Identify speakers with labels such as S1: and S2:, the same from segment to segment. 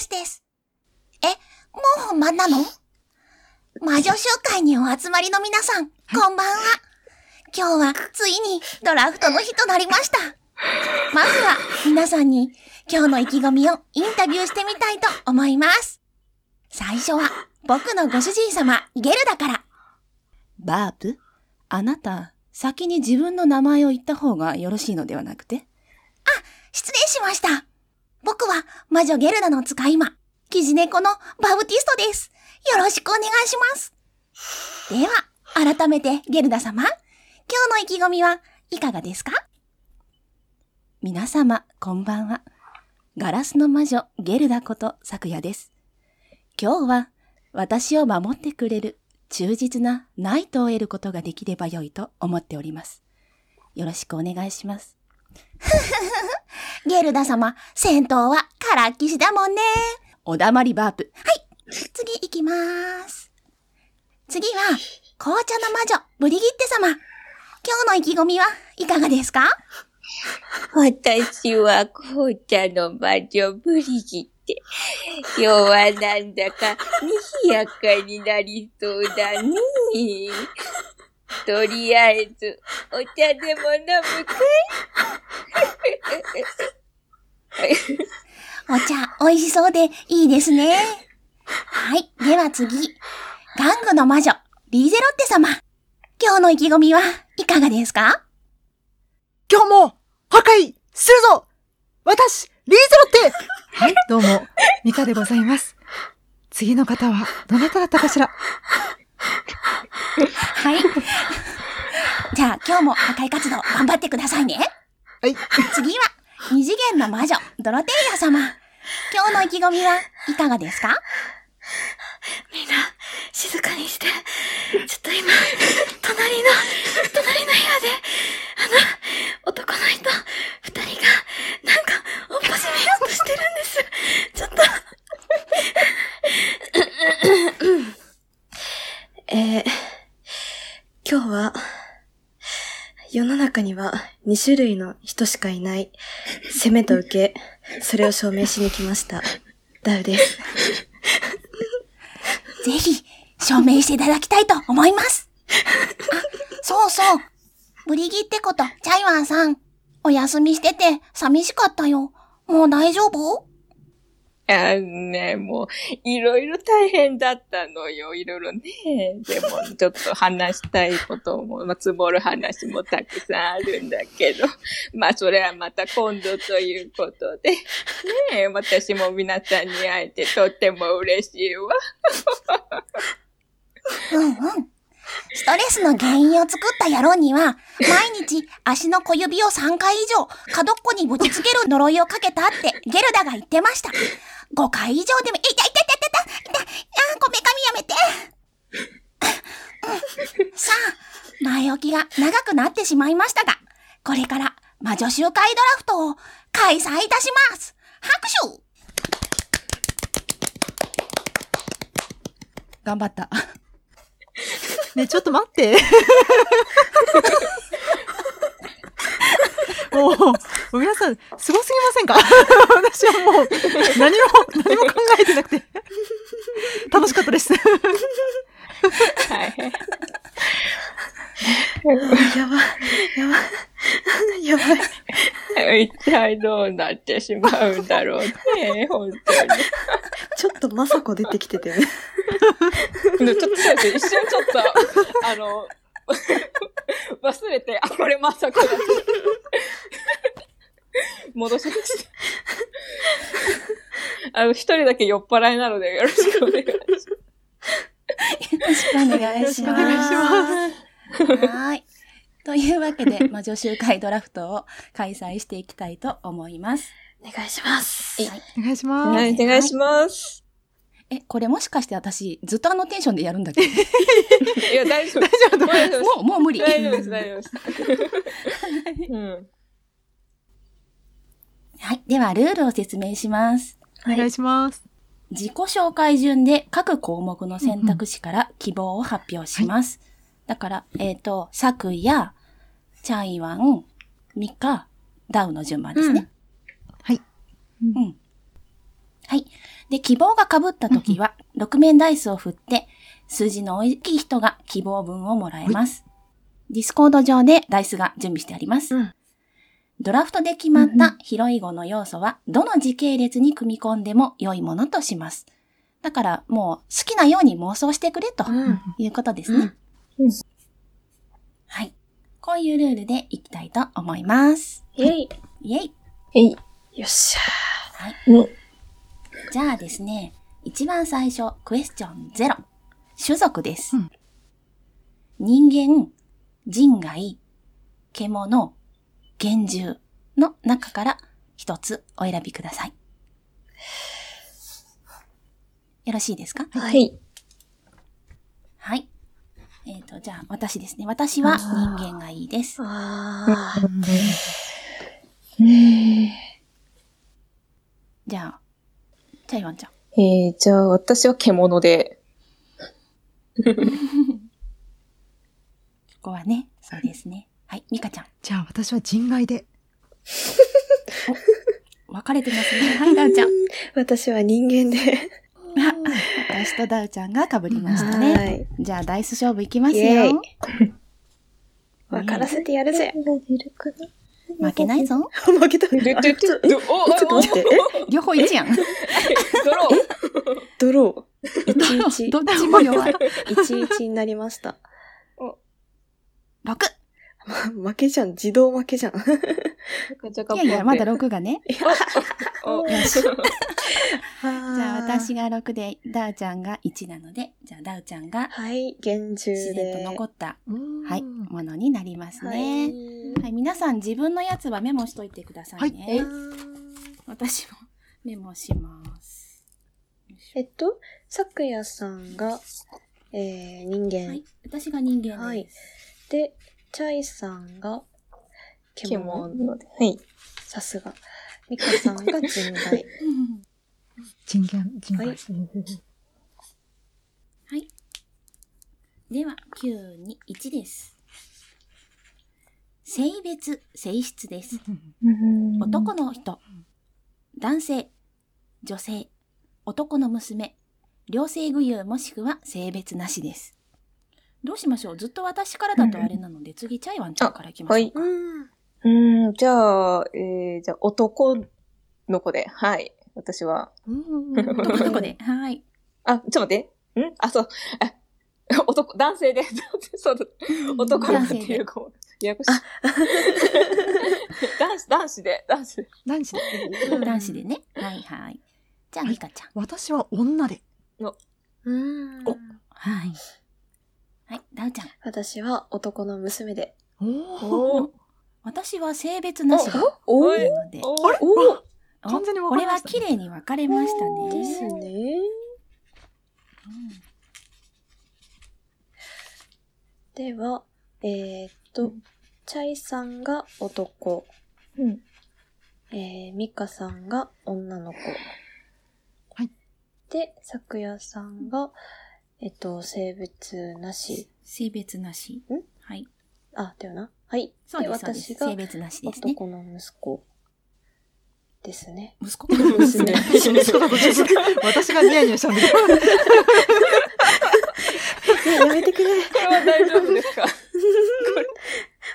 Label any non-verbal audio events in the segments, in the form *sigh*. S1: スです。え、もう本番なの魔女集会にお集まりの皆さん、こんばんは。今日はついにドラフトの日となりました。まずは皆さんに今日の意気込みをインタビューしてみたいと思います。最初は僕のご主人様、ゲルだから。
S2: バープ、あなた、先に自分の名前を言った方がよろしいのではなくて
S1: 失礼しました。僕は魔女ゲルダの使い魔、キジネコのバブティストです。よろしくお願いします。では、改めてゲルダ様、今日の意気込みはいかがですか
S2: 皆様、こんばんは。ガラスの魔女、ゲルダこと、昨夜です。今日は、私を守ってくれる、忠実なナイトを得ることができればよいと思っております。よろしくお願いします。
S1: ゲルダ様、戦闘はカラッキシだもんね。
S2: おだまりバープ。
S1: 次行きまーす。次は、紅茶の魔女、ブリギッテ様。今日の意気込みはいかがですか
S3: 私は紅茶の魔女ブリギって。今日はなんだかにぎやかになりそうだね。とりあえず、お茶でも飲むか
S1: お茶、美味しそうでいいですね。はい。では次。玩具の魔女、リーゼロッテ様。今日の意気込みはいかがで
S2: *laughs*
S1: すか
S4: 今日も破壊するぞ私、リーゼロってはい、どうも、ミカでございます。次の方は、どなただったかしら
S1: はい。じゃあ今日も破壊活動頑張ってくださいね。
S4: はい。
S1: 次は、二次元の魔女、ドロテイア様。今日の意気込みはいかがですか
S5: みんな、静かにして。ちょっと今、隣の、隣の部屋で、あの、男の人、二人が、なんか、おっぱしめようとしてるんです。ちょっと。えー、今日は、世の中には2種類の人しかいない。攻めと受け、それを証明しに来ま *laughs* した。ダウです。
S1: ぜひ、証明していただきたいと思います。あ、そうそう。ブリギってこと、チャイワンさん。お休みしてて、寂しかったよ。もう大丈夫
S3: あんね、もう、いろいろ大変だったのよ、いろいろね。でも、ちょっと話したいことも、まあ、積もる話もたくさんあるんだけど、 *laughs* まあ、それはまた今度ということで、ねえ、私も皆さんに会えてとっても嬉しいわ。
S1: うんうん。ストレスの原因を作った野郎には、毎日足の小指を3回以上、角っこにぶちつける呪いをかけたって、ゲルダが言ってました。5回以上でも、いたいたいたいたいたいたあー、こめかみやめてうんさあ、前置きが長くなってしまいましたが、これから魔女集会ドラフトを開催いたします拍手
S2: 頑張った。
S4: ねえちょっと待 *laughs* って。もう、もう皆さん、すごすぎませんか私はもう、何も、何も考えてなくて。楽しかったです。
S3: はい。 *laughs*
S5: やばい、 *laughs* やばい、やばい。
S3: 一体どうなってしまうんだろうね、本当
S5: ちょっとまさこ出てきててね。
S3: に。ちょっとそうです一瞬ちょっと、あの、 *laughs* 忘れて、あ、これまさかだと。 *laughs* 戻しました。あの、一人だけ酔っ払いなのでよろしくお願いします。
S2: お願いし
S4: お願いします。
S2: はーい。というわけで、魔女集会ドラフトを開催していきたいと思います。
S5: お願いします。
S4: お願いし
S3: お
S4: ます。
S3: 願いします。
S2: え、これもしかして私、ずっとあのテンションでやるん
S4: *laughs*
S2: だっけ
S3: いや、大丈夫。大丈夫。大丈夫
S2: もう、もう無理。
S3: 大丈夫です、大丈夫です。うん。
S2: はい。では、ルールを説明します。
S4: お願いします。
S2: 自己紹介順で各項目の選択肢から希望を発表します。だから、えっ、と、昨夜、チャイワン、ミカ、ダウの順番ですね。
S4: はい。
S2: うん。はい。
S1: で、希望が被った時は、6面ダイスを振って、数字の大きい人が希望分をもらえます。ディスコード上でダイスが準備してあります。
S4: うん
S1: ドラフトで決まった広い語の要素は、どの時系列に組み込んでも良いものとします。だから、もう好きなように妄想してくれと
S4: うん。
S1: いうことですね。
S3: うんうん
S1: はい。こういうルールでいきたいと思います。
S3: えい。
S1: イェイ
S3: えい。よっしゃ
S1: はい。
S3: うん
S1: じゃあですね、一番最初、クエスチョンゼロ。種族です。
S4: うん
S1: 人間、人外、獣、幻獣の中から一つお選びください。よろしいですか
S3: ー。はい。
S1: はい。えっ、と、じゃあ私ですね。私は人間がいいです。
S6: あー
S1: じゃあ、チャイワンちゃん。
S3: えー、じゃあ私は獣で。
S1: ここはね、そうですね。はい、ミカちゃん。
S4: じゃあ私は人外で。
S1: 分かれてますね。はい、ダウちゃん。
S5: 私は人間で。
S1: あ私とダウちゃんが被りましたね。
S5: い。
S1: じゃあ、ダイス勝負いきます
S5: イエーイ
S1: よ。
S5: *laughs* わからせてやるぜ。
S1: 負けないぞ。
S5: *laughs* 負けた。あ
S3: ちょっと
S5: ちょっと
S3: 待って。
S1: 両方1やん。
S3: ドロー。
S5: *laughs* ドロー。11。
S1: *laughs* どっちも弱い。
S5: 11になりました。
S1: 6。
S5: 負けじゃん。自動負けじゃん。
S1: いやいや、まだ6がね。
S3: お
S1: よし。じ
S5: じ
S1: ゃあ、。私が6で、ダウちゃんが1なので、じゃあ、ダウちゃんが
S5: はい、厳重
S1: 自然と
S5: で。
S1: 残った、
S4: は
S1: はい、ものになります
S5: は
S1: ね。
S5: い。
S1: はい、皆さん自分のやつはメモしといてくださいね。
S4: はい
S1: 私もメモします。
S5: えっと、さくやさんが、えー、人間。
S1: はい、私が人間です。 *laughs*
S5: はいで、チャイさんが、獣。
S3: 獣で。はい。
S5: さすが。ミカさんが人外。
S4: 人間、人
S5: はい
S4: 外。
S1: はい。では、9に1です。性別、性質です。男の人、男性、女性、男の娘、両性具有もしくは性別なしです。どうしましょうずっと私からだとあれなので、次、チャイワンちゃんからいきましょうか。
S5: *laughs* うん。
S3: うん、じゃあ、えー、じゃあ男の子で。はい。私は。
S4: うん
S1: 男の子で。はい。
S3: あ、ちょっと待って。んあ、そう。 *laughs* あ男、男性で。 *laughs* そうだ。男の子っていう子も。ややこしい。 *laughs* 男子、男子で。男子で。
S4: 何し
S5: うん
S1: 男子でね。はいはい。じゃあ、ミカちゃん。
S4: 私は女で。
S5: うん。
S1: はい。はい、ダウちゃん。
S5: 私は男の娘で。
S4: おー
S3: おー
S1: 私は性別なしが
S3: お
S1: 多い
S3: ー
S1: ので、
S3: おー
S5: おお
S1: お
S4: 完全に分
S1: こ
S4: か
S1: れ
S4: れま
S1: は
S4: したね
S1: 綺麗に分かれました
S5: で
S1: ね。
S5: すね。では、えー、っと、チャイさんが男。
S3: うん。
S5: えー、ミカさんが女の子。
S4: はい。
S5: で、サクヤさんが、えっと、生物なし。
S1: 性別なし
S5: ん。
S1: はい。
S5: あ、だよな。はい。
S1: そうです、そうで
S5: 私
S1: す。
S5: が
S1: 性別なしですね。
S5: 男の息子ですね。
S1: 息子
S5: 娘。
S4: 私がニヤニヤしたんだけど。
S5: ねやめてくれ。 *laughs*
S3: これは大丈夫ですか *laughs*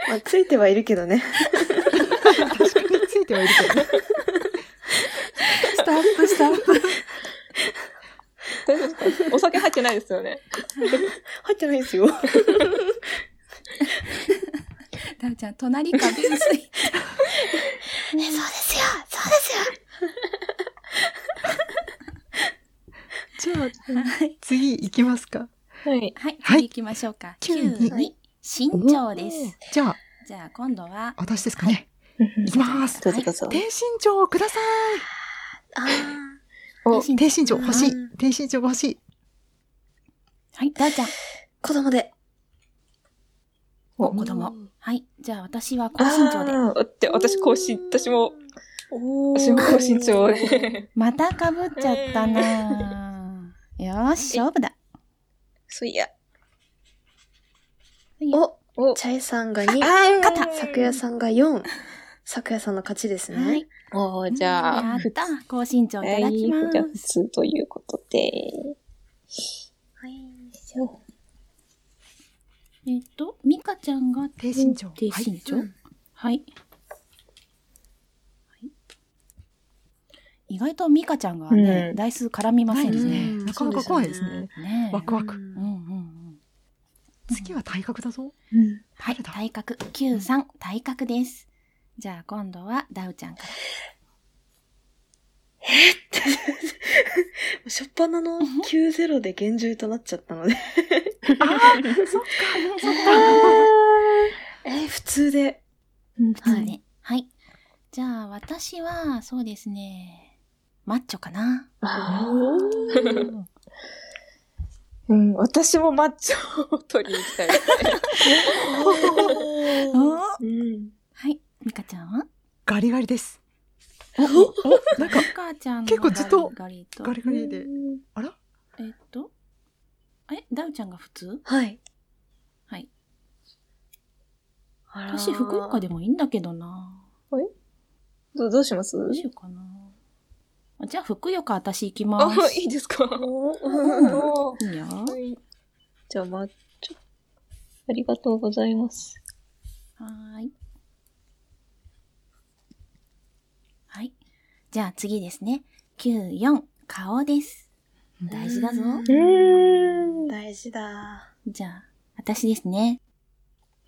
S5: まあ、ついてはいるけどね。
S4: 確かについてはいるけどね。
S5: スタップ、スタップ。
S3: 大丈夫ですかお酒入ってないですよね。
S5: 入ってないですよ。
S1: ダウちゃん、隣かび薄い。
S6: えそうですよそうですよ
S4: じゃあ、
S1: はい。
S4: 次行きますか。
S3: は
S1: は
S3: い。
S1: い、
S4: はい
S1: 次行きましょうか。
S4: 九
S1: 9
S4: に
S1: に身長です。
S4: じゃあ、
S1: じゃあ、今度は、
S4: 私ですかね。行きます。
S3: どうぞどうぞ。
S4: 低身長をくださ
S5: あ
S3: お
S4: い。
S1: 身
S4: 低
S1: 長
S4: 身長欲しい
S5: うん。
S4: 低身長欲しい。
S1: はい、ダウちゃん。
S5: 子供で。
S1: お、子供。はい。じゃあ、私は高身長で。
S3: あー待って、私、高身、私も、
S5: おー。
S3: 私も高身長 *laughs* で。
S1: またかぶっちゃったなぁ。よーし、勝負だ。
S3: そういや。
S5: お、
S3: お、
S5: チャイさんが2、
S3: あー
S5: さくやさんが4。さくやさんの勝ちですね。
S1: はい。
S3: おー、じゃ
S1: や
S3: あ。
S1: った高身長いただきま
S3: じゃあ、普
S1: す。
S3: 通ということで。
S1: えっと、ミカちゃんが
S4: 低身長
S1: 低身長
S4: は
S1: はいい、はい意外とミカちゃんがね、
S3: うん
S1: 台数絡みません
S4: ない
S1: ね。
S4: なかなか怖いですね。
S1: ねえ
S4: ワクワク。
S1: うんうんうん。
S4: 次は体格だぞ。
S1: はい、
S4: 誰だ
S1: 体格9、3、体格です。じゃあ今度はダウちゃんから。
S5: しょっぱなの90で厳重となっちゃったので。 *laughs* えー、普通で。
S1: そうね。はい。じゃあ私は、そうですね、マッチョかな。
S3: あー *laughs* うん、私もマッチョを取りに行きたいですね。うん。
S1: はい、ミカちゃんは
S4: ガリガリです。
S1: お
S4: お、
S5: *laughs*
S4: なんか
S1: ミ、カちゃんの
S4: 結構ずっと
S1: ガリガリと
S4: ガリガリで。あら
S1: えっと、え、ダウちゃんが普通
S5: はい。
S1: はい。
S5: あら
S1: 私、福岡でもいいんだけどな。
S3: どどうします
S1: どうしようかな。あじゃあ、福岡私行きま
S3: あ
S1: す。、
S3: いいですか
S1: おいいよ。
S3: はいじゃあ、マッチョ。ありがとうございます。
S1: はーい。はい。じゃあ次ですね。9、4、顔です。大事だぞ。
S3: うん。
S5: 大事だ。
S1: じゃあ、私ですね。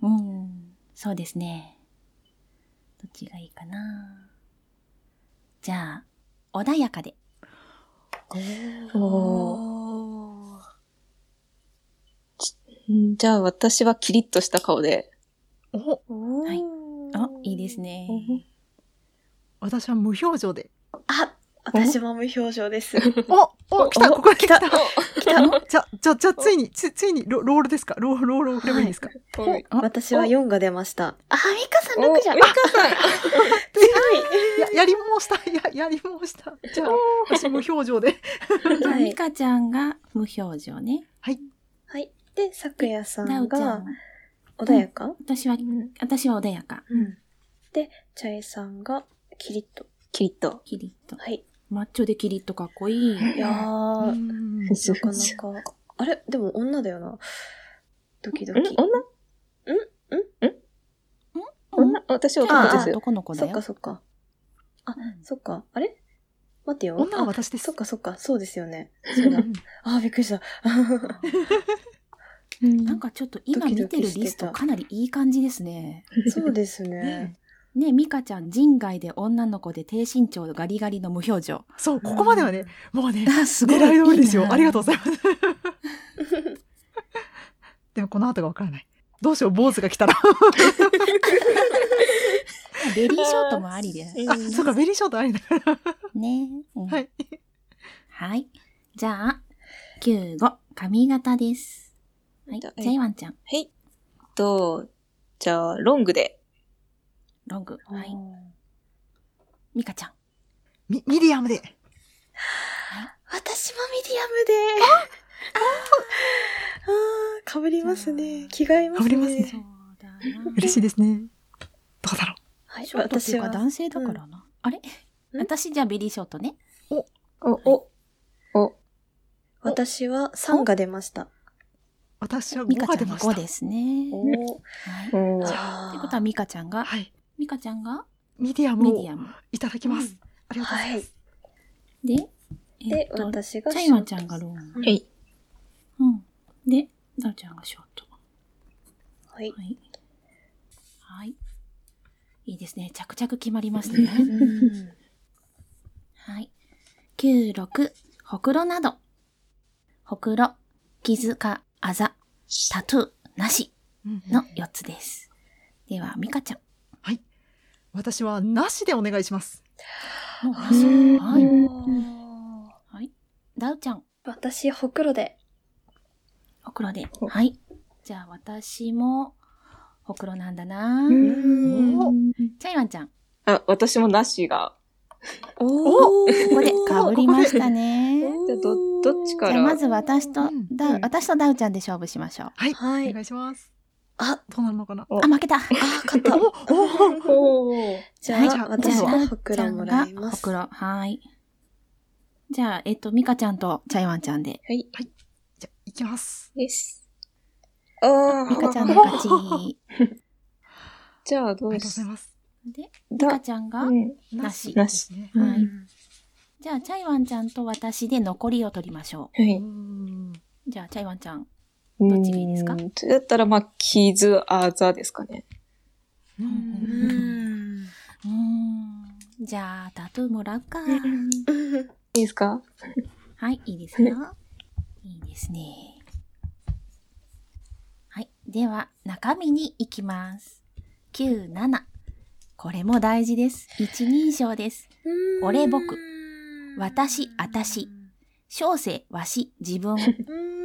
S1: うーん、そうですね。どっちがいいかな。じゃあ、穏やかで。
S5: おー。
S3: じゃあ、私はキリッとした顔で。
S4: お、
S1: はいあ、いいですね。
S4: 私は無表情で。
S5: あ、私も無表情です。
S4: お、お、来た、ここ来た。
S5: 来たの
S4: じゃ、じゃ、じゃ、ついに、つ、ついにロ、ロールですかロール、ロールを振ればいいんですか
S3: はい。
S1: あ
S5: 私は4が出ました。あ、ミカさん
S3: お
S5: 6じゃん。
S3: ミ
S5: あ
S3: カさん
S4: や、やりもうした。や、やりもうした。じゃあ、私無表情で。
S1: じゃあ、
S5: はい
S1: ミカちゃんが無表情ね。
S5: はい。で、さくやさ
S1: ダ
S5: ん
S1: ウちゃ
S5: が
S1: ん。
S5: 穏やか。
S1: 私は、私は穏やか。
S5: うん。で、チャイさんがキリッと。
S3: キリッと。
S1: キリッと。
S5: はい。
S1: マッチョでキリッとかっこいい。
S5: いやー、
S4: うん
S3: す
S5: なかなか。あれでも女だよな。ドキド
S3: ん
S5: キ。
S3: 女女私男ですよ。
S1: 男の子だ
S5: そっか
S1: よ。
S5: そっか。あ、そっか。あれ待ってよ。
S4: 女は
S5: あ
S4: 私です。
S5: そっかそっか。そうですよね。そうだ。あー、びっくりした。
S1: なんかちょっと今
S5: ドキド
S1: 見
S5: キ
S1: てるリスト
S5: してた
S1: かなりいい感じですね。
S5: そうですね。
S1: *laughs* ねミカちゃん、人外で女の子で低身長ガリガリの無表情。
S4: そう、ここまではね、もうね、
S1: あ、すごい。
S4: 狙い通りですよ。ありがとうご
S1: い
S4: ざいます。でもこの後がわからない。どうしよう、坊主が来たら。
S1: ます。ベリーショートもありで。
S4: あ、そうか、ベリーショートありだから。
S1: ね、うん
S4: はい。
S1: はい。じゃあ、95、髪型です。はい。ジ
S3: はい
S1: ャイワンちゃん、
S3: はい。と、じゃあ、ロングで。
S1: ロング。
S5: は
S1: はいい。。ミカちゃん。
S4: ミミディアムで。
S5: 私もミディアムで。ああ、かぶりますね。着替えますね。
S4: 被りますね
S1: そうだな。
S4: 嬉しいですね。どうだろ
S5: はい、
S1: ショートってい
S5: 私
S1: うか
S5: は。
S1: 男性だからな。あれ
S5: ん
S1: 私じゃあベリーショートね。
S3: お、お、お、
S5: 私は3が出ました。
S4: う。私は
S1: ミ
S4: 5
S1: カち
S4: が
S1: ゃ
S4: 出
S1: んが
S4: ました
S1: 5。ですね。
S5: おお。
S1: はい。って
S3: おー
S5: じゃ
S1: ことは
S5: あ、
S1: ミカちゃんが、
S4: はい。
S1: ミカちゃんが
S4: ミディアム
S1: ミデ
S4: を
S1: ィアム。
S4: いただきます。ありがとうござい
S5: はい。
S1: で、え
S5: で
S1: っ、と、チ
S5: 私が。
S1: ャイワンちゃんがロング。
S3: はい。
S1: うん。で、ダウちゃんがショート。
S5: はい。
S1: はい。はい。いいですね。着々決まりますね。
S5: *laughs* うん
S1: はい。96、ほくろなど。ほくろ、傷か、あざ、タトゥー、なし
S4: ます。
S1: の4つです。では、ミカちゃん。
S4: はい。私はなしでお願いします。
S1: もうなしはい。
S5: おー
S1: はい。ダウちゃん。
S5: 私、ほくろで。
S1: ほくろで。はい。じゃあ、私も、ほくろなんだな
S4: お
S1: チャイワンちゃん。
S3: あ、私もなしが。
S5: おお。
S1: ここで被りましたね。
S3: じゃあ、ど、どっち
S1: じ
S3: か
S1: ゃあ
S3: ら。
S1: まず私と
S4: うん
S1: ダウ、私とダウちゃんで勝負しましょう。
S4: はい。
S5: はい
S4: お願いします。
S5: あ、
S4: どうなるのかな
S3: お
S7: あ、負けた。
S5: あー、勝った。
S4: おお
S3: おお。
S5: じ
S4: はい
S5: ゃ
S4: じゃ
S5: あ
S4: あ、
S5: 私
S4: 今
S1: 度
S5: は
S1: は
S5: ほくろもらいます。
S1: ほくろ、はーい。じゃあ、えっと、ミカちゃんとチャイワンちゃんで。
S3: はい。
S4: じゃあ、いきます。
S3: です。ああ。
S1: ミカちゃんの勝ち。
S3: じゃあど
S4: あ
S3: う
S4: りがとうござ
S3: し
S4: います。
S1: で、ミカ
S3: だ。
S1: ちゃんが、
S3: うん。
S1: なし
S4: な
S3: な
S4: し
S3: し
S4: ですね。
S3: ろ
S1: はい。じゃあ、チャイワンちゃんと私で残りを取りましょ
S3: は
S4: う
S3: い。
S4: ん
S1: う。じゃあ、チャイワンちゃん。
S3: ど
S1: っちがいいですか
S3: だったら、まあ、傷あざですかね。
S4: う
S1: うん
S6: うんん。
S1: うーん。じゃあ、タトゥーもらうか。
S6: うん。
S3: いいですか
S1: はい、いいですよ。いいですね。はい。では、中身に行きます。9、7。これも大事です。一人称です。俺僕、私、あたし、小生、わし、自分。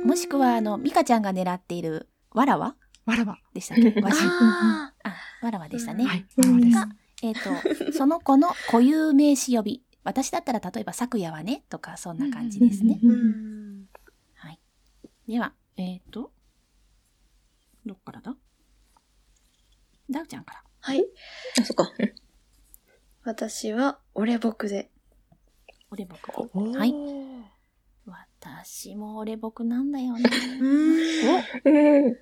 S1: もしくは、あの、ミカちゃんが狙っている、わらわ
S4: わらば。
S1: でしたっけわし。
S6: あ
S1: あ、わらわでしたね。
S4: はい。わらばです。
S1: が、えっ、と、その子の固有名詞呼び。私だったら、例えば、昨夜はね、とか、そんな感じですね。
S6: ーうん。
S1: はい。では、えっ、ー、と、どっからだダウちゃんから。
S5: はい。
S3: あ、そっか。
S5: 私は、俺僕で。
S1: 俺僕。
S4: おー
S1: はい。私も俺僕なんだよね。
S5: *laughs*
S3: うん。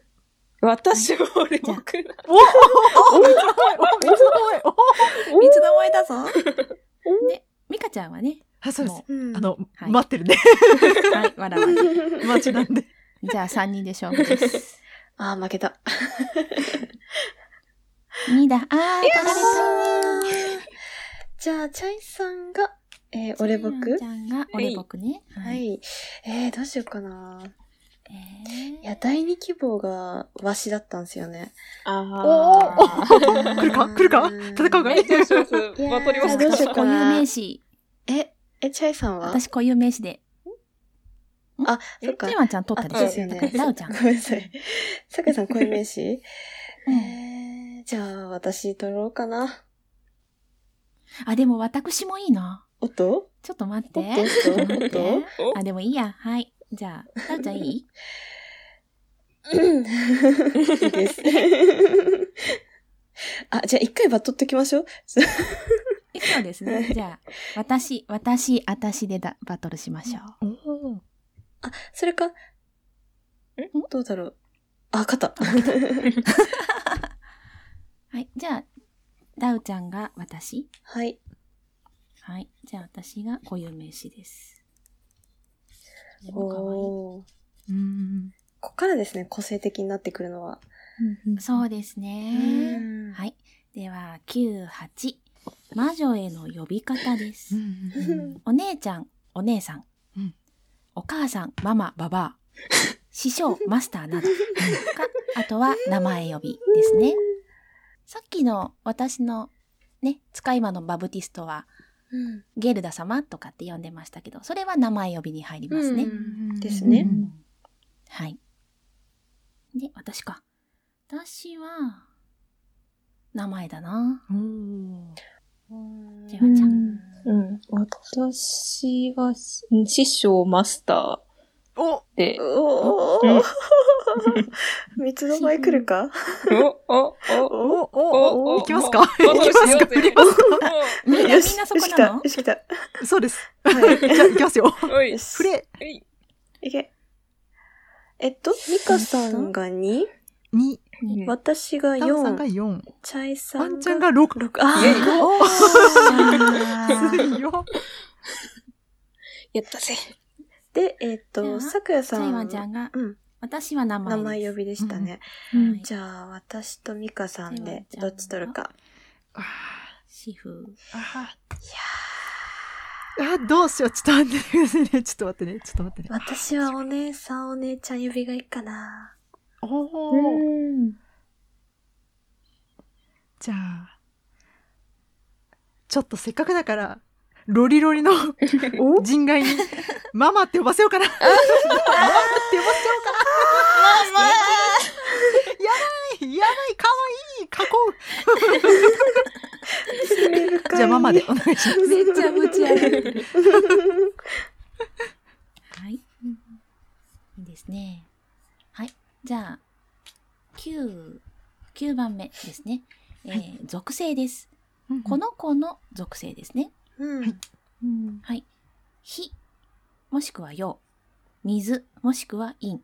S3: 私は俺僕な。
S4: おおお水の声お
S6: 三つどもえだぞ。
S1: で、ミカちゃん
S5: *laughs*
S1: はね、
S4: あ、そうです
S1: も。
S6: うん
S4: あ、の、
S1: はい
S4: 待ってるね。
S1: う、はい、笑わない。
S4: *laughs* 待ちなんで。
S1: じゃあ3人で勝負です。
S5: *laughs* あー、負けた。
S1: 2だ。あー、取られ
S5: じゃあ、チャイさんが、えー、
S1: た。
S5: 俺
S1: ジャイアン
S5: 僕
S1: ちゃんが俺僕ね。
S5: は。い。えー、どうしようかな。
S1: え
S5: い
S1: ー
S5: や、第二希望が、わしだったんですよね。
S3: ああ。
S4: 来るか来るか戦うか
S3: はい、どうしますま
S5: いやー
S3: あ、取りま
S5: じゃ
S3: す
S5: あどうし
S1: 私
S5: よ
S1: 固
S5: うかな
S1: 有名詞。
S5: え、え、チャイさんは
S1: 私固有名詞で。
S5: あ、そっか
S1: チ。ワンちゃん取ったでしょ。
S5: ですよね。
S1: ダウ
S5: *laughs*
S1: ちゃん。
S5: ごめんなさい。さくらさん、こういう名詞
S1: *laughs* うん
S5: えー、じゃあ、私取ろうかな。
S1: あ、でも私もいいな。
S5: おっと
S1: ちょっと待っ
S5: お
S1: て
S5: っ。と
S1: ちょっと
S5: おっ
S1: 待っ。
S5: とおって
S1: あ、でもいいや。はい。じゃあ、ダウちゃんい
S5: *laughs*
S1: い
S5: とうんいいです。 *laughs* あ、じゃあ一回バトっときましょう。
S1: そうですね。じゃあ、私、私、私でだバトルしましょう。
S4: お
S5: あ、それか。んどうだろう。あ、勝った。
S1: はい。じゃあ、ダウちゃんが私。
S5: はい。
S1: はい。じゃあ、私が固有名詞です。でも可愛い
S5: おー
S4: うん。
S5: ここからですね、個性的になってくるのは。
S1: そうですね。
S5: うん
S1: はい。では、9、8。魔女への呼び方で
S4: う
S1: す。
S4: んうん
S1: お姉ちゃん、お姉さん。
S4: うん
S1: お母さん、ママ、バ
S4: *laughs*
S1: バア。師匠、マスターなど。か、あとは名前呼びですね。さっきの私のね、使い魔のバブティストは、
S5: うん。
S1: ゲルダ様とかって呼んでましたけど、それは名前呼びに入りますね。
S4: うん
S5: ですね
S4: うん
S1: はい。で、私か。私は、名前だな。
S4: おー
S1: ジェワちゃん。
S3: うん。私は、うん師匠、マスタ
S4: お
S3: ーで、
S5: お
S3: うん
S5: ー。 *laughs* 三つの前来るか
S3: お、お、
S4: お
S3: お、
S4: おおお
S3: お
S4: いきますか
S3: お
S4: いきますか振りますか
S1: みんな、みん
S5: よ
S1: な
S5: し
S1: そこなの
S5: よし来た。よし
S4: そうです。
S5: 来た。はい。
S4: じゃあ、いきます *laughs* よ。
S3: おい、
S4: プレ
S3: はい
S5: いけ。えっと、ミカさんが2、
S4: イ。に、
S3: うん
S5: 私が
S4: タオさんが
S5: 4、
S4: 4。
S5: チャイさ
S4: ワ
S5: ん
S4: ンちゃん
S5: が
S4: が6。
S5: 6、あ
S3: イェイ
S5: ー
S1: おー
S4: *laughs* 強いよ。
S3: やったぜ。
S5: で、えっ
S1: じゃ
S5: と、
S1: あ
S5: さくや
S1: ジ
S5: さ
S1: ャイ
S5: ん、
S1: ワンちゃんが、
S5: うん、
S1: 私は名前
S5: 名
S1: です。
S5: 前呼びでしたね。
S1: はい
S5: じゃあ、私とミカさんで、
S1: ジェ
S5: ど
S1: ワンちゃんが
S5: っち取るか。
S4: あ
S1: シフ。
S4: ーあー。あー、どうしよう。ちょっと待ってくださいね。ちょっと待ってね。ちょっと待ってね。
S5: 私はお姉さん、お姉ちゃん呼びがいい
S1: *laughs*
S5: かな。
S4: おお。
S3: うん。
S4: じゃあ、ちょっとせっかくだから、ロリロリ
S1: *laughs*
S4: の人外に、ママって呼ばせようかな。ママって呼ばせようかな。やばい、やばい、かわいい、囲う。じゃあママでお願いします。
S1: めっちゃぶち上げてる。はい。いいですね。はい。じゃあ、9、 9番目ですね。えー属性です。
S4: うん
S1: この子の属性ですね。
S5: うん。うん。
S1: はい。火、もしくは陽、水、もしくは陰、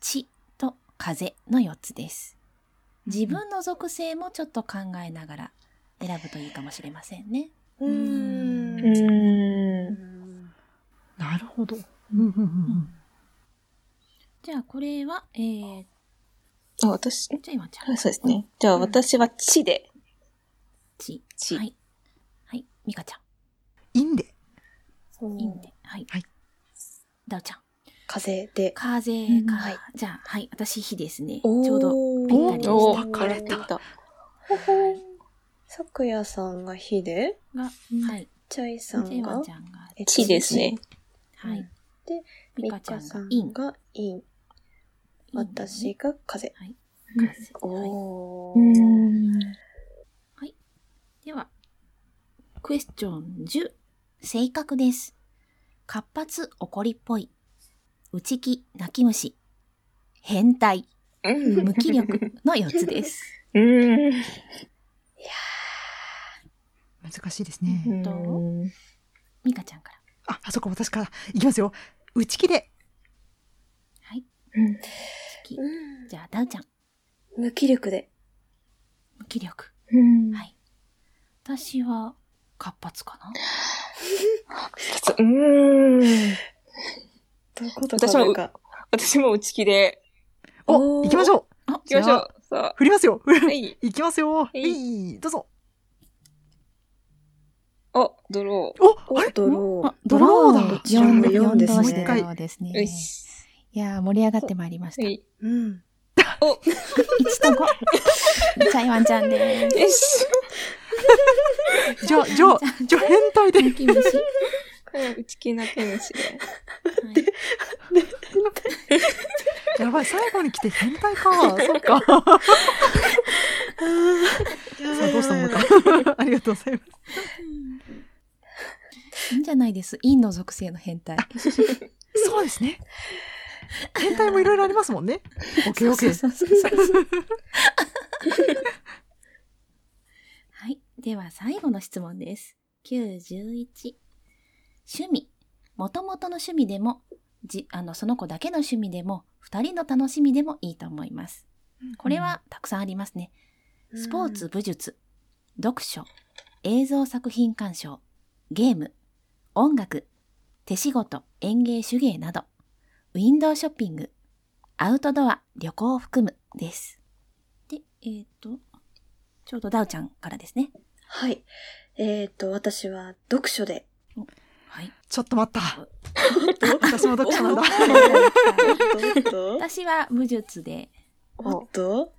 S1: 地と風の4つです。自分の属性もちょっと考えながら選ぶといいかもしれませんね。
S5: う。
S3: うんーん。
S4: なるほど。うんうんうんうん
S1: じゃあこれは、えー、
S3: あ、私、
S1: じゃあ今ちゃ
S3: あ
S1: ん、
S3: そうですね。じゃあ私は地で。
S1: 地。
S3: 地
S1: はい。はい。ミカちゃ
S4: いいんで。
S5: そう。
S1: ん、陰で。はい。
S4: はい。
S1: ダウちゃん。
S5: 風で。
S1: 風
S4: うん
S1: か、
S5: はい
S1: じゃあ、はい。私火ですね。ち
S5: おー
S1: ょうどぴったりで
S3: お
S1: し
S3: ー、
S5: 分かれ
S3: 枯
S5: た
S3: れた。
S5: さくやさんが火で、
S1: たが、はい。
S5: チャイさ
S1: で、
S5: ん
S1: ワ
S5: が
S1: ンちゃんが、
S5: えっと
S3: 地ですね。
S1: は
S5: う
S1: い
S5: ん。で、
S1: ミ
S5: ミ
S1: カちゃ
S5: カ
S1: ん
S5: さ
S1: が
S5: ん
S1: 陰。
S5: が陰。私が風。
S1: 陰ですね。風はい。
S5: お
S3: う
S5: ー。
S3: ん。
S1: では、クエスチョン10。性格です。活発、怒りっぽい。内気、泣き虫。変態、
S3: うん。
S1: 無気力の4つ
S5: *laughs*
S1: です。
S3: うん。
S4: 難しいですね。
S1: どうミカちゃんから。
S4: あ、あそこ私から。いきますよ。打ち切れ。
S1: はい。
S3: うん
S1: 内気
S5: うん
S1: じゃあ、ダウちゃん。
S5: 無気力で。
S1: 無気力。
S3: うん
S1: はい私は、活発かな。
S3: うん。
S5: どういうこと
S3: 私も
S5: なんか。
S3: 私も内気で。
S4: お、
S5: おー
S4: 行きましょう。
S1: あ、
S3: 行きましょう。さ
S4: 振りますよ。
S3: あ。はい。
S4: 行きますよ。はいい、どうぞ。
S3: お、ドロ
S4: お、
S5: お
S4: あれ
S5: ドロ
S1: あ
S4: ドローだ
S1: ドロー
S5: 四です
S1: 四同
S5: ね
S1: 士ドローですね
S3: ー。よし。
S1: いやー、盛り上がってまいりました。
S3: は
S1: 1
S3: い。
S5: ー。うん。
S1: と5。チャイワンちゃんで
S3: よし。
S4: じゃあ、じゃあ、じゃあ変態
S1: す。
S4: で。
S1: 泣き虫。
S3: 内気な手口で。
S4: やばい、最後に来て変態か。そうか。さあ、どうしたものか。ありがとうございます。
S1: いいんじゃないです。陰の属性の変態。
S4: そうですね。変態もいろいろありますもんね。オッケーオッケー。
S1: そうそうそうそうはい。では、最後の質問です。91。趣味。もともとの趣味でも、じあのその子だけの趣味でも、二人の楽しみでもいいと思います。これはたくさんありますね。スポーツ、武術、読書、映像作品鑑賞、ゲーム、音楽、手仕事、園芸手芸など、ウィンドウショッピング、アウトドア、旅行を含むです。で、えっ、と、ちょうどダウちゃんからですね。
S5: はい。えっと、私は読書で。
S1: はい。
S4: ちょっと待った。私も読者なんだ。
S5: おっと
S1: 私は武術で、
S5: おっと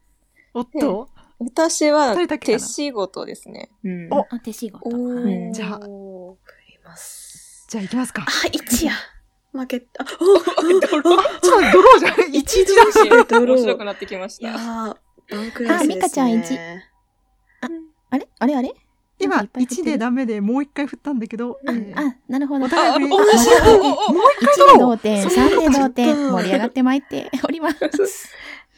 S4: おっと。
S3: 私は
S4: 二人だけ
S3: 手
S4: かな
S3: 仕事ですね。うん
S4: お
S1: あ手仕事。
S5: お
S1: はい
S5: ー。
S4: じゃあ
S5: 振ります。
S4: じゃあ行きますか
S5: あ。、一や。負けた。あ、お
S4: あ、ちょっとドローじゃない。一一だ。
S5: ドロー
S3: 面白くなってきまし
S5: いや
S3: た。
S5: ー、バンクラスで
S1: あ
S5: すね。
S1: ミカちゃん一あれあれあれ
S4: 今、一でダメで、もう一回振ったんだけど、えー
S1: あ、なるほど。
S4: お互い振り、
S3: あ
S4: もう
S3: 同
S4: 一
S3: じ
S4: 回
S3: おおお
S4: ドロ
S1: 同点、3で同点、盛り上がってまいっており *laughs* ます。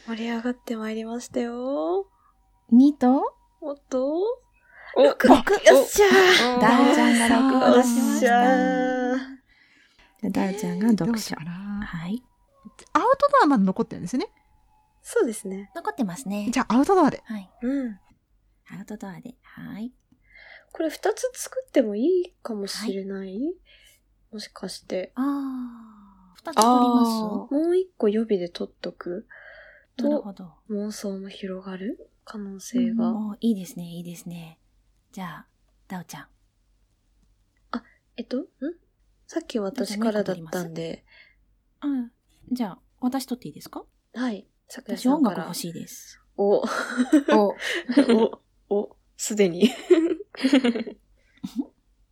S5: 盛り上がってまいりましたよ。
S1: 2と、
S5: おっと
S3: お、よ
S5: よっしゃー
S3: ゃ
S1: ダウちゃんが6を出しました。
S5: よっし
S1: ダウちゃんが
S4: ー。ど
S1: 読
S4: うし
S1: 書
S4: よう。かな。
S1: はい。
S4: アウトドアまで残ってるんですね。
S5: そうですね。
S1: 残ってますね。
S4: じゃあ、アウトドアで。
S1: はい。
S5: うん。
S1: アウトドアで。はい。
S5: これ二つ作ってもいいかもしれない、もしかして。
S1: あー。2つ取りま
S5: もう一個予備で取っとく
S1: すなるほ
S5: と
S1: ど。
S5: 妄想も広がる可能性が。
S1: おーいいですね、いいですね。じゃあ、ダウちゃん。
S5: えっと、んさっき私からだったんで、
S1: うん。じゃあ、私取っていいですか
S5: はい。桜井
S1: 私
S5: さん
S1: 音
S5: か
S1: 楽
S5: ら
S1: 欲。しいです。
S5: お、
S1: *laughs*
S3: お、
S5: お、お、すでに。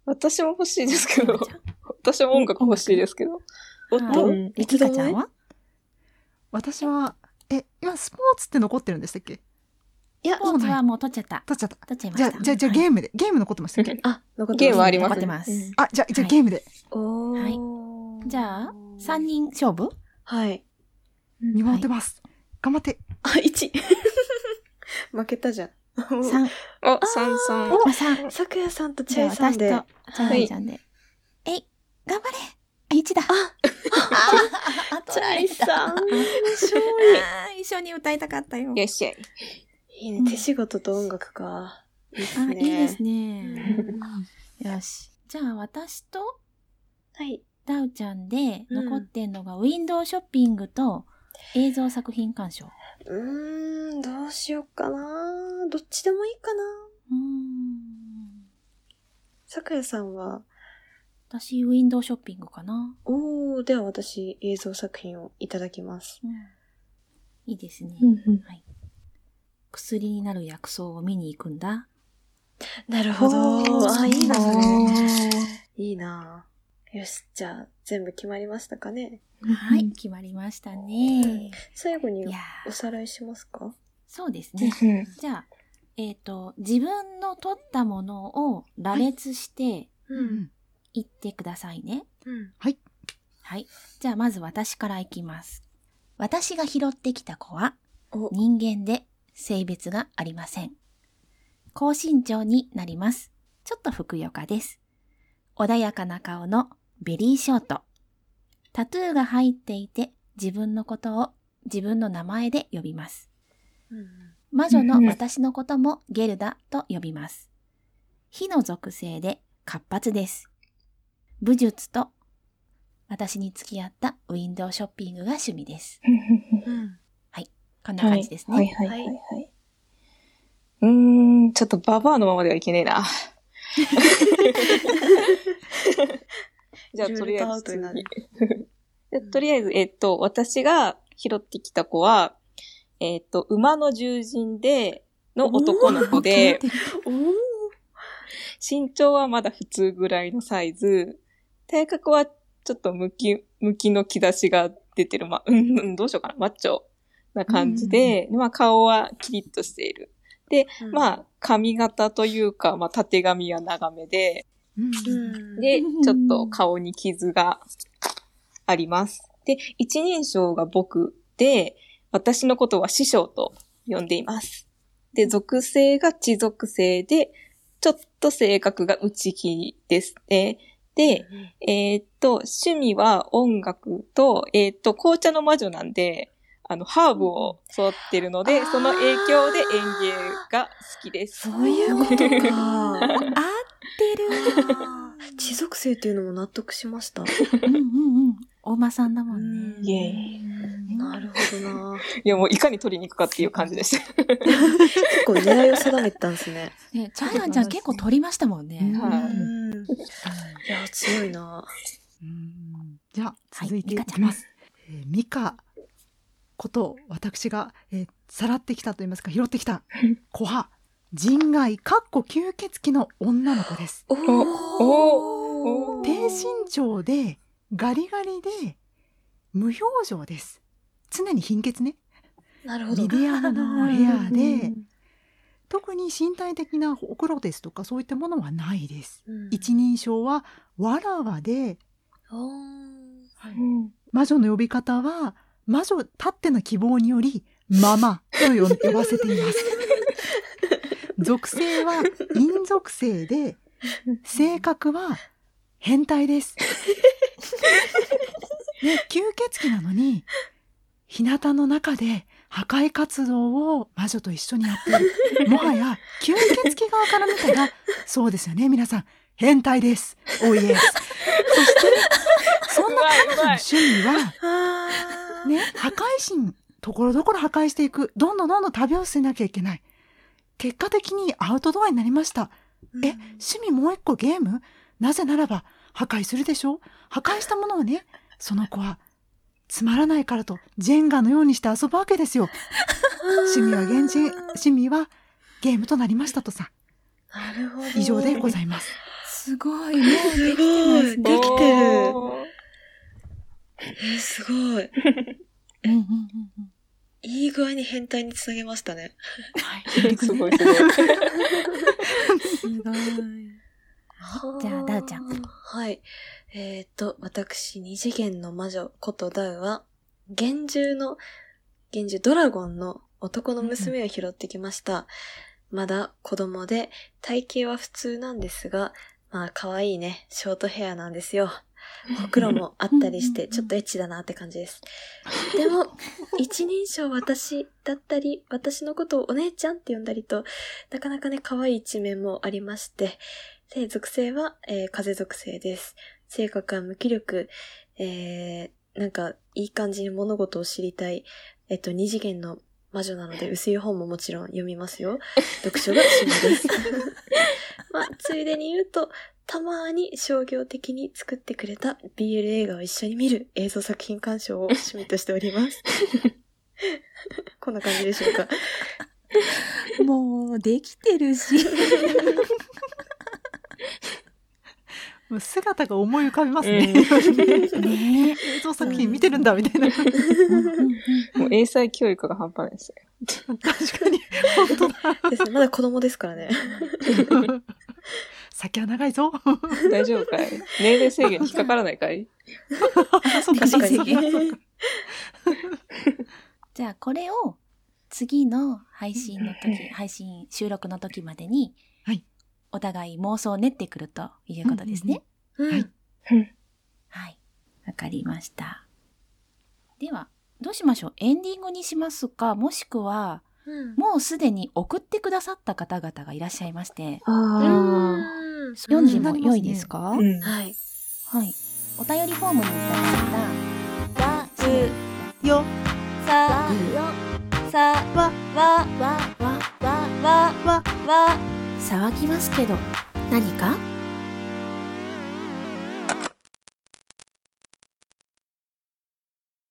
S3: 私も欲しいですけ
S1: ダ
S3: ど
S1: ウ。ちゃん
S3: 私も音楽欲しいですけど。
S5: お
S1: は
S5: っ
S1: い
S5: と、
S3: うん
S1: で
S5: いつでも
S1: ミカちゃんは
S4: 私は、え、今、スポーツって残ってるんでしたっけ
S5: いや
S1: ス、ポーツはもう取っちゃった。
S4: 取っちゃった。
S1: 取っちゃいま
S4: じゃ
S1: し
S4: あ、
S1: た。
S4: じゃあ、じゃあ、
S1: はい
S4: ゲームで。ゲーム残ってましたっけ
S5: あ、残って
S3: ゲームはあります
S1: 残ってます。
S5: うん
S4: あ、じゃあ、じゃあ、
S1: はい
S4: ゲームで。
S5: おー。
S1: じゃあ、3。人勝負
S5: はい。
S4: 見守ってます。頑張って。
S5: あ、1。 *laughs* 負けたじゃん。
S1: 三。
S3: お、さんさん。
S1: あ、三。
S5: さくやさんと
S1: じ
S5: チ
S1: ゃ
S5: ャ
S1: あ
S5: イさん
S1: 私と、
S5: で
S1: じゃ。あ
S3: はい
S1: いちゃんで。
S7: えい、頑張れ。
S1: あ、一だ。 *laughs*
S7: ああ、
S5: チャイさん。
S7: あー一緒に歌いたかったよ。
S3: よっしゃい。
S5: いいね。手仕事と音楽か。いいっす
S1: あ、い
S5: ね。
S1: いですね。よし。じゃあ私と、
S5: はい。
S1: ダウちゃんで、
S5: うん
S1: 残ってんのがウィンドウショッピングと映像作品鑑賞。
S5: うーん、どうしようかな。どっちでもいいかな。
S1: うーん。
S5: さくやさんは、
S1: 私、ウィンドウショッピングかな。
S5: おー、では私、映像作品をいただきます。
S1: うん。いいですね。
S5: ん
S1: 薬になる薬草を見に行くんだ。
S5: なるほど。あ、いいな、そ
S4: お
S5: れ。
S4: ー
S5: いいな。よし、じゃあ、全部決まりましたかね。
S1: はい、決まりましたね。
S5: 最後
S1: い
S5: に
S1: や
S5: お
S1: ー
S5: さらいしますか
S1: そうですね。じゃあ、えっ、と、自分の取ったものを羅列して
S4: う。ん
S1: 言ってくださいね。
S5: うん。
S1: はい。じゃあまず私からいきます。私が拾ってきた子は
S5: お
S1: 人間で性別がありません。高身長になります。ちょっとふくよかです。穏やかな顔のベリーショート。タトゥーが入っていて自分のことを自分の名前で呼びます。
S5: うん
S1: 魔女の私のこともゲルダと呼びます。火の属性で活発です。武術と私に付き合ったウィンドウショッピングが趣味です。
S5: うん。
S1: こんな感じですね。
S3: はいはいはいはいはい。うーん、ちょっとババアのままではいけねえな。じゃあ、とりあえず
S5: いろいろとアウトになる
S3: 次。じゃあとりあえず、えっと、私が拾ってきた子は、えっと、馬の獣人で、の男の子で、
S5: おー。
S3: 身長はまだ普通ぐらいのサイズ、体格はちょっとムキ、ムキの兆しが出てる、まあ、うん、うん、どうしようかな、マッチョな感じで、まあ顔はキリッとしている。ま
S5: あ、
S3: あ髪型というか、まあ縦髪は長めで、
S5: うん。
S3: で、
S1: うん
S3: ちょっと顔に傷があります。で、一人称が僕で、私のことは師匠と呼んでいます。で、属性が地属性で、ちょっと性格が内気ですね。で、えーっと、趣味は音楽と、えーっと、紅茶の魔女なんで、あの、ハーブを育ってるので、その影響で園芸が好きです。
S5: そういうこと
S7: 合っ
S5: か。
S7: て
S5: *laughs*
S7: るわ。
S5: 地属性っていうのも納得しました。
S1: うんうんうん。大間さんだもんね。
S5: うん
S3: イェイ。
S5: なるほどな。
S3: いや、もういかに取りに行くかっていう感じでした。
S5: 結構狙いを定めてたんですね。
S1: ね、チャイアンちゃん結構取りましたもんね。
S4: うん
S3: はい
S5: うん。いや、強いな。
S4: うんじゃあ
S1: はい
S4: 続いていきます。えーミカこと私が、えーさらってきたと言いますか拾ってきた子は人外かっこ吸血鬼の女の子です。
S5: お
S3: お
S5: お
S3: ー
S4: 低身長でガリガリで無表情です。常に貧血ね。
S5: なるほど
S4: ミ。ディアムのヘアで特に身体的なほくろですとかそういったものはないです。
S5: うん
S4: 一人称はわらわで
S5: おー
S4: 魔女の呼び方は魔女たっての希望によりママと呼ん呼ばせています属性は陰属性で性格は変態です、ね、吸血鬼なのに日向の中で破壊活動を魔女と一緒にやっているもはや吸血鬼側から見たらそうですよね皆さん変態ですおいえそしてそんな彼女の趣味は
S5: あー
S4: ね、破壊心、ところどころ破壊していく。どんどんどんどん旅を捨てなきゃいけない。結果的にアウトドアになりました。
S5: うん
S4: え趣味もう一個ゲームなぜならば破壊するでしょ破壊したものをね、その子はつまらないからとジェンガのようにして遊ぶわけですよ。趣味は現人、趣味はゲームとなりましたとさ。
S5: なるほど。
S4: 以上でございます。
S1: すごい。もうできてますすね。
S5: ごいできてる
S3: おー
S5: えーすごい。
S1: うんうんうんうん
S5: いい具合に変態につなげましたね。
S4: は
S3: *laughs*
S4: い。
S3: すごいすごい。
S1: すごい。じゃあダウちゃん。
S5: はい。えーっと、私、二次元の魔女ことダウは、幻獣の、幻獣ドラゴンの男の娘を拾ってきました。まだ子供で、体型は普通なんですが、まあ可愛いね、ショートヘアなんですよ。ほくろもあったりして、ちょっとエッチだなって感じです。でも、一人称私だったり、私のことをお姉ちゃんって呼んだりと、なかなかね、可愛い一面もありまして、で、属性は、えー風属性です。性格は無気力、えー、なんか、いい感じに物事を知りたい、えっと、二次元の魔女なので、薄い本ももちろん読みますよ。読書が趣味です。まあ、ついでに言うと、たまに商業的に作ってくれた BL 映画を一緒に見る映像作品
S4: *laughs*
S5: 鑑賞を趣味としております。 *laughs* こんな感じでしょうか。
S1: もう、できてるし。
S4: もう姿が思い浮かびますね。 *laughs*
S1: ね
S4: 映像作品見てるんだみたいな。確
S1: え。うんうんうん
S3: もう英才教育が半端ないですよ。
S4: かに。本当だ。
S5: ですね。まだ子供で
S4: *laughs*
S5: すからね。
S4: 先は長いぞ。 *laughs*
S3: 大丈夫かい年齢制限に引っかからないかい
S4: そうか
S5: 確か
S4: そう *laughs* かそう
S5: に
S4: か。
S1: じゃあ、これを次の配信の時、配信収録の時までに、
S4: はい
S1: お互い妄想を練ってくるということですね。
S5: うん。
S1: はい。わかりました。では、どうしましょうエンディングにしますかもしくは、
S5: うん。
S1: もうすでに送ってくださった方々がいらっしゃいまして、
S3: あ
S5: うん
S1: 読んでも良いですか、
S3: あ。うん。
S5: はい。
S1: はい。お便りフォームにいただいた、
S4: よ。
S7: ささわわわわわわわ
S1: 騒ぎますけど、何か